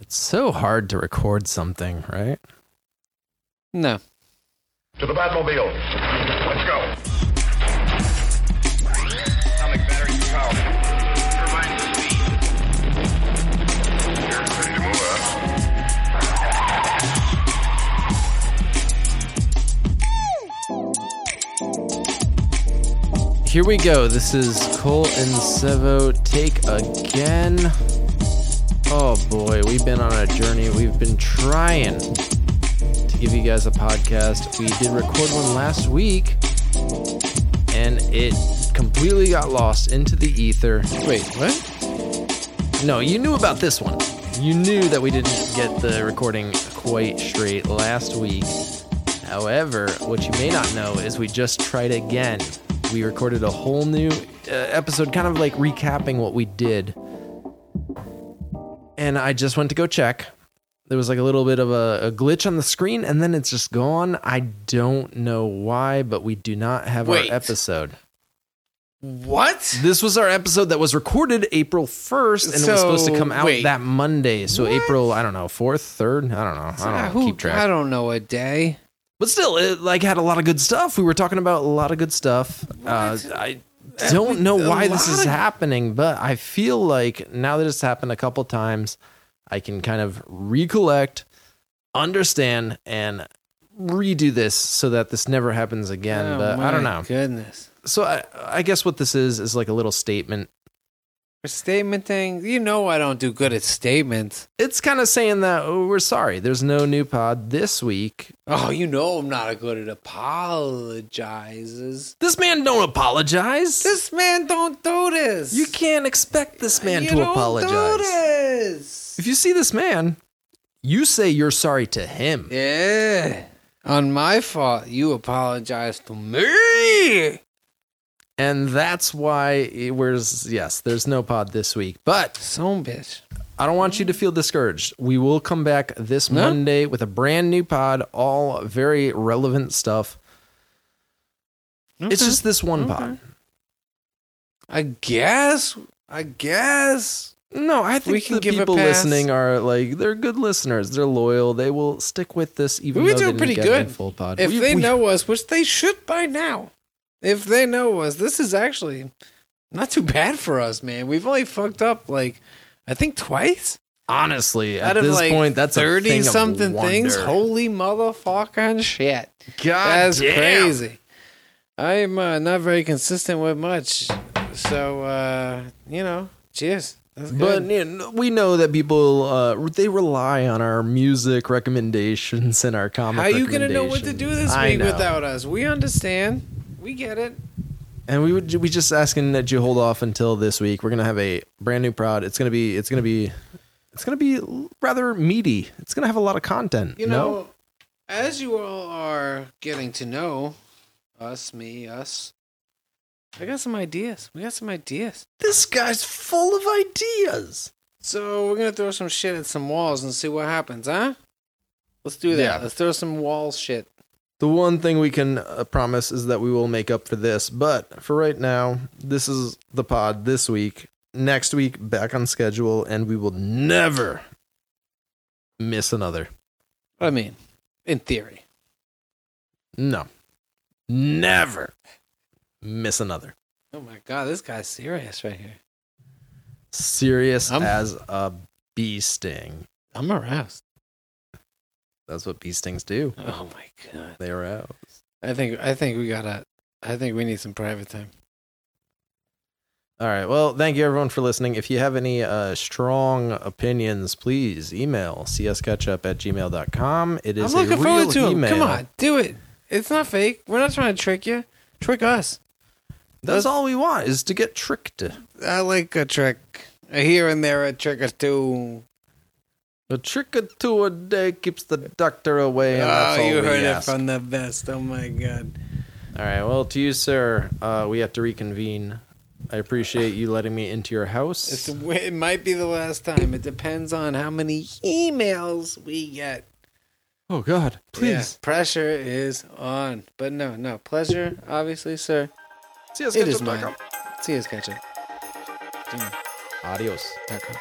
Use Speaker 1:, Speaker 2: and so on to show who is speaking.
Speaker 1: It's so hard to record something, right?
Speaker 2: No.
Speaker 3: To the Batmobile. Let's go.
Speaker 4: Atomic battery power. Turbines at speed.
Speaker 3: Ready to move out.
Speaker 1: Here we go. This is Cole and Sevo take again. Oh boy, we've been on a journey. We've been trying to give you guys a podcast. We did record one last week and it completely got lost into the ether.
Speaker 2: Wait, what?
Speaker 1: No, you knew about this one. You knew that we didn't get the recording quite straight last week. However, what you may not know is we just tried again. We recorded a whole new uh, episode, kind of like recapping what we did. And I just went to go check. There was like a little bit of a, a glitch on the screen, and then it's just gone. I don't know why, but we do not have
Speaker 2: Wait.
Speaker 1: our episode.
Speaker 2: What?
Speaker 1: This was our episode that was recorded April 1st and it was
Speaker 2: So,
Speaker 1: supposed to come out
Speaker 2: wait.
Speaker 1: that Monday. So April, I don't know, 4th, 3rd, I don't know. I
Speaker 2: Ah,
Speaker 1: don't know.
Speaker 2: who-
Speaker 1: keep track.
Speaker 2: I don't know a day.
Speaker 1: but still, it like had a lot of good stuff. We were talking about a lot of good stuff. Uh, I don't know
Speaker 2: A
Speaker 1: why this
Speaker 2: lot
Speaker 1: is
Speaker 2: of-
Speaker 1: happening, but I feel like now that it's happened a couple times, I can kind of recollect, understand and redo this so that this never happens again.
Speaker 2: Oh,
Speaker 1: but uh, I
Speaker 2: my
Speaker 1: don't know.
Speaker 2: Goodness.
Speaker 1: So I, I guess what this is is like a little statement
Speaker 2: For statement thing, you know I don't do good at statements.
Speaker 1: it's kind of saying that oh, we're sorry. There's no new pod this week.
Speaker 2: Oh, you know I'm not good at apologizes.
Speaker 1: This man don't apologize.
Speaker 2: This man don't do this.
Speaker 1: you can't expect this man
Speaker 2: You
Speaker 1: to
Speaker 2: don't Do
Speaker 1: apologize.
Speaker 2: this.
Speaker 1: If you see this man, you say you're sorry to him.
Speaker 2: Yeah. On my fault, you apologize to me.
Speaker 1: And that's why it- where's yes, there's no pod this week. But
Speaker 2: Some bitch.
Speaker 1: I don't want you to feel discouraged. We will come back this
Speaker 2: No.
Speaker 1: Monday with a brand new pod, all very relevant stuff. It's just this one pod.
Speaker 2: I guess. I guess.
Speaker 1: No, I think
Speaker 2: We can
Speaker 1: the
Speaker 2: give a
Speaker 1: people
Speaker 2: pass.
Speaker 1: listening are like they're good listeners. They're loyal. They will stick with this even
Speaker 2: We
Speaker 1: though
Speaker 2: do
Speaker 1: they didn't
Speaker 2: pretty
Speaker 1: get
Speaker 2: good.
Speaker 1: a full pod.
Speaker 2: If
Speaker 1: We-
Speaker 2: they
Speaker 1: we-
Speaker 2: know us, which they should by now, if they know us, this is actually not too bad for us, man. We've only fucked up like I think twice
Speaker 1: honestly, at
Speaker 2: out of
Speaker 1: this
Speaker 2: like
Speaker 1: point, that's
Speaker 2: thirty
Speaker 1: thirty
Speaker 2: something things. Holy motherfucking shit!
Speaker 1: God,
Speaker 2: that's
Speaker 1: damn.
Speaker 2: crazy. I'm uh, not very consistent with much, so uh, you know. Cheers. That's
Speaker 1: But
Speaker 2: good.
Speaker 1: you know, we know that people uh, they rely on our music recommendations and our comic.
Speaker 2: how you gonna know what to do this
Speaker 1: recommendations. I
Speaker 2: week
Speaker 1: know.
Speaker 2: without us? We understand. We get it.
Speaker 1: And we would we just asking that you hold off until this week. We're gonna have a brand new prod. It's gonna be it's gonna be it's gonna be rather meaty. It's gonna have a lot of content.
Speaker 2: You
Speaker 1: no?
Speaker 2: know, as you all are getting to know us, me, us, I got some ideas. We got some ideas.
Speaker 1: this guy's full of ideas.
Speaker 2: So we're gonna throw some shit at some walls and see what happens, huh? Let's do that.
Speaker 1: Yeah.
Speaker 2: Let's throw some wall shit.
Speaker 1: The one thing we can uh, promise is that we will make up for this, but for right now, this is the pod this week. Next week, back on schedule, and we will never miss another.
Speaker 2: I mean, in theory.
Speaker 1: No, never miss another.
Speaker 2: Oh my god, this guy's serious right here.
Speaker 1: Serious
Speaker 2: I'm-
Speaker 1: as a bee sting.
Speaker 2: I'm aroused.
Speaker 1: That's what bee stings do.
Speaker 2: Oh my god.
Speaker 1: They are out.
Speaker 2: I think I think we gotta. I think we need some private time.
Speaker 1: All right. Well, thank you everyone for listening. If you have any uh, strong opinions, please email cscatchup at gmail.com. It is
Speaker 2: I'm looking
Speaker 1: a real
Speaker 2: forward to him.
Speaker 1: email.
Speaker 2: Come on, do it. It's not fake. We're not trying to trick you. Trick us.
Speaker 1: That's all we want is to get tricked.
Speaker 2: I like a trick. A here and there, a trick or two.
Speaker 1: A trick or two a day keeps the doctor away. And that's
Speaker 2: oh,
Speaker 1: all
Speaker 2: you
Speaker 1: we
Speaker 2: heard
Speaker 1: ask.
Speaker 2: it from the best. Oh my god.
Speaker 1: All right. Well, to you, sir, uh, we have to reconvene. I appreciate you letting me into your house.
Speaker 2: It's, it might be the last time. It depends on how many emails we get.
Speaker 1: oh, God. Please.
Speaker 2: Yeah, pressure is on. But no, no. Pleasure, obviously, sir.
Speaker 1: Yeah.
Speaker 2: It is mine. See you, SketchUp.
Speaker 1: Adios.
Speaker 2: Dot com.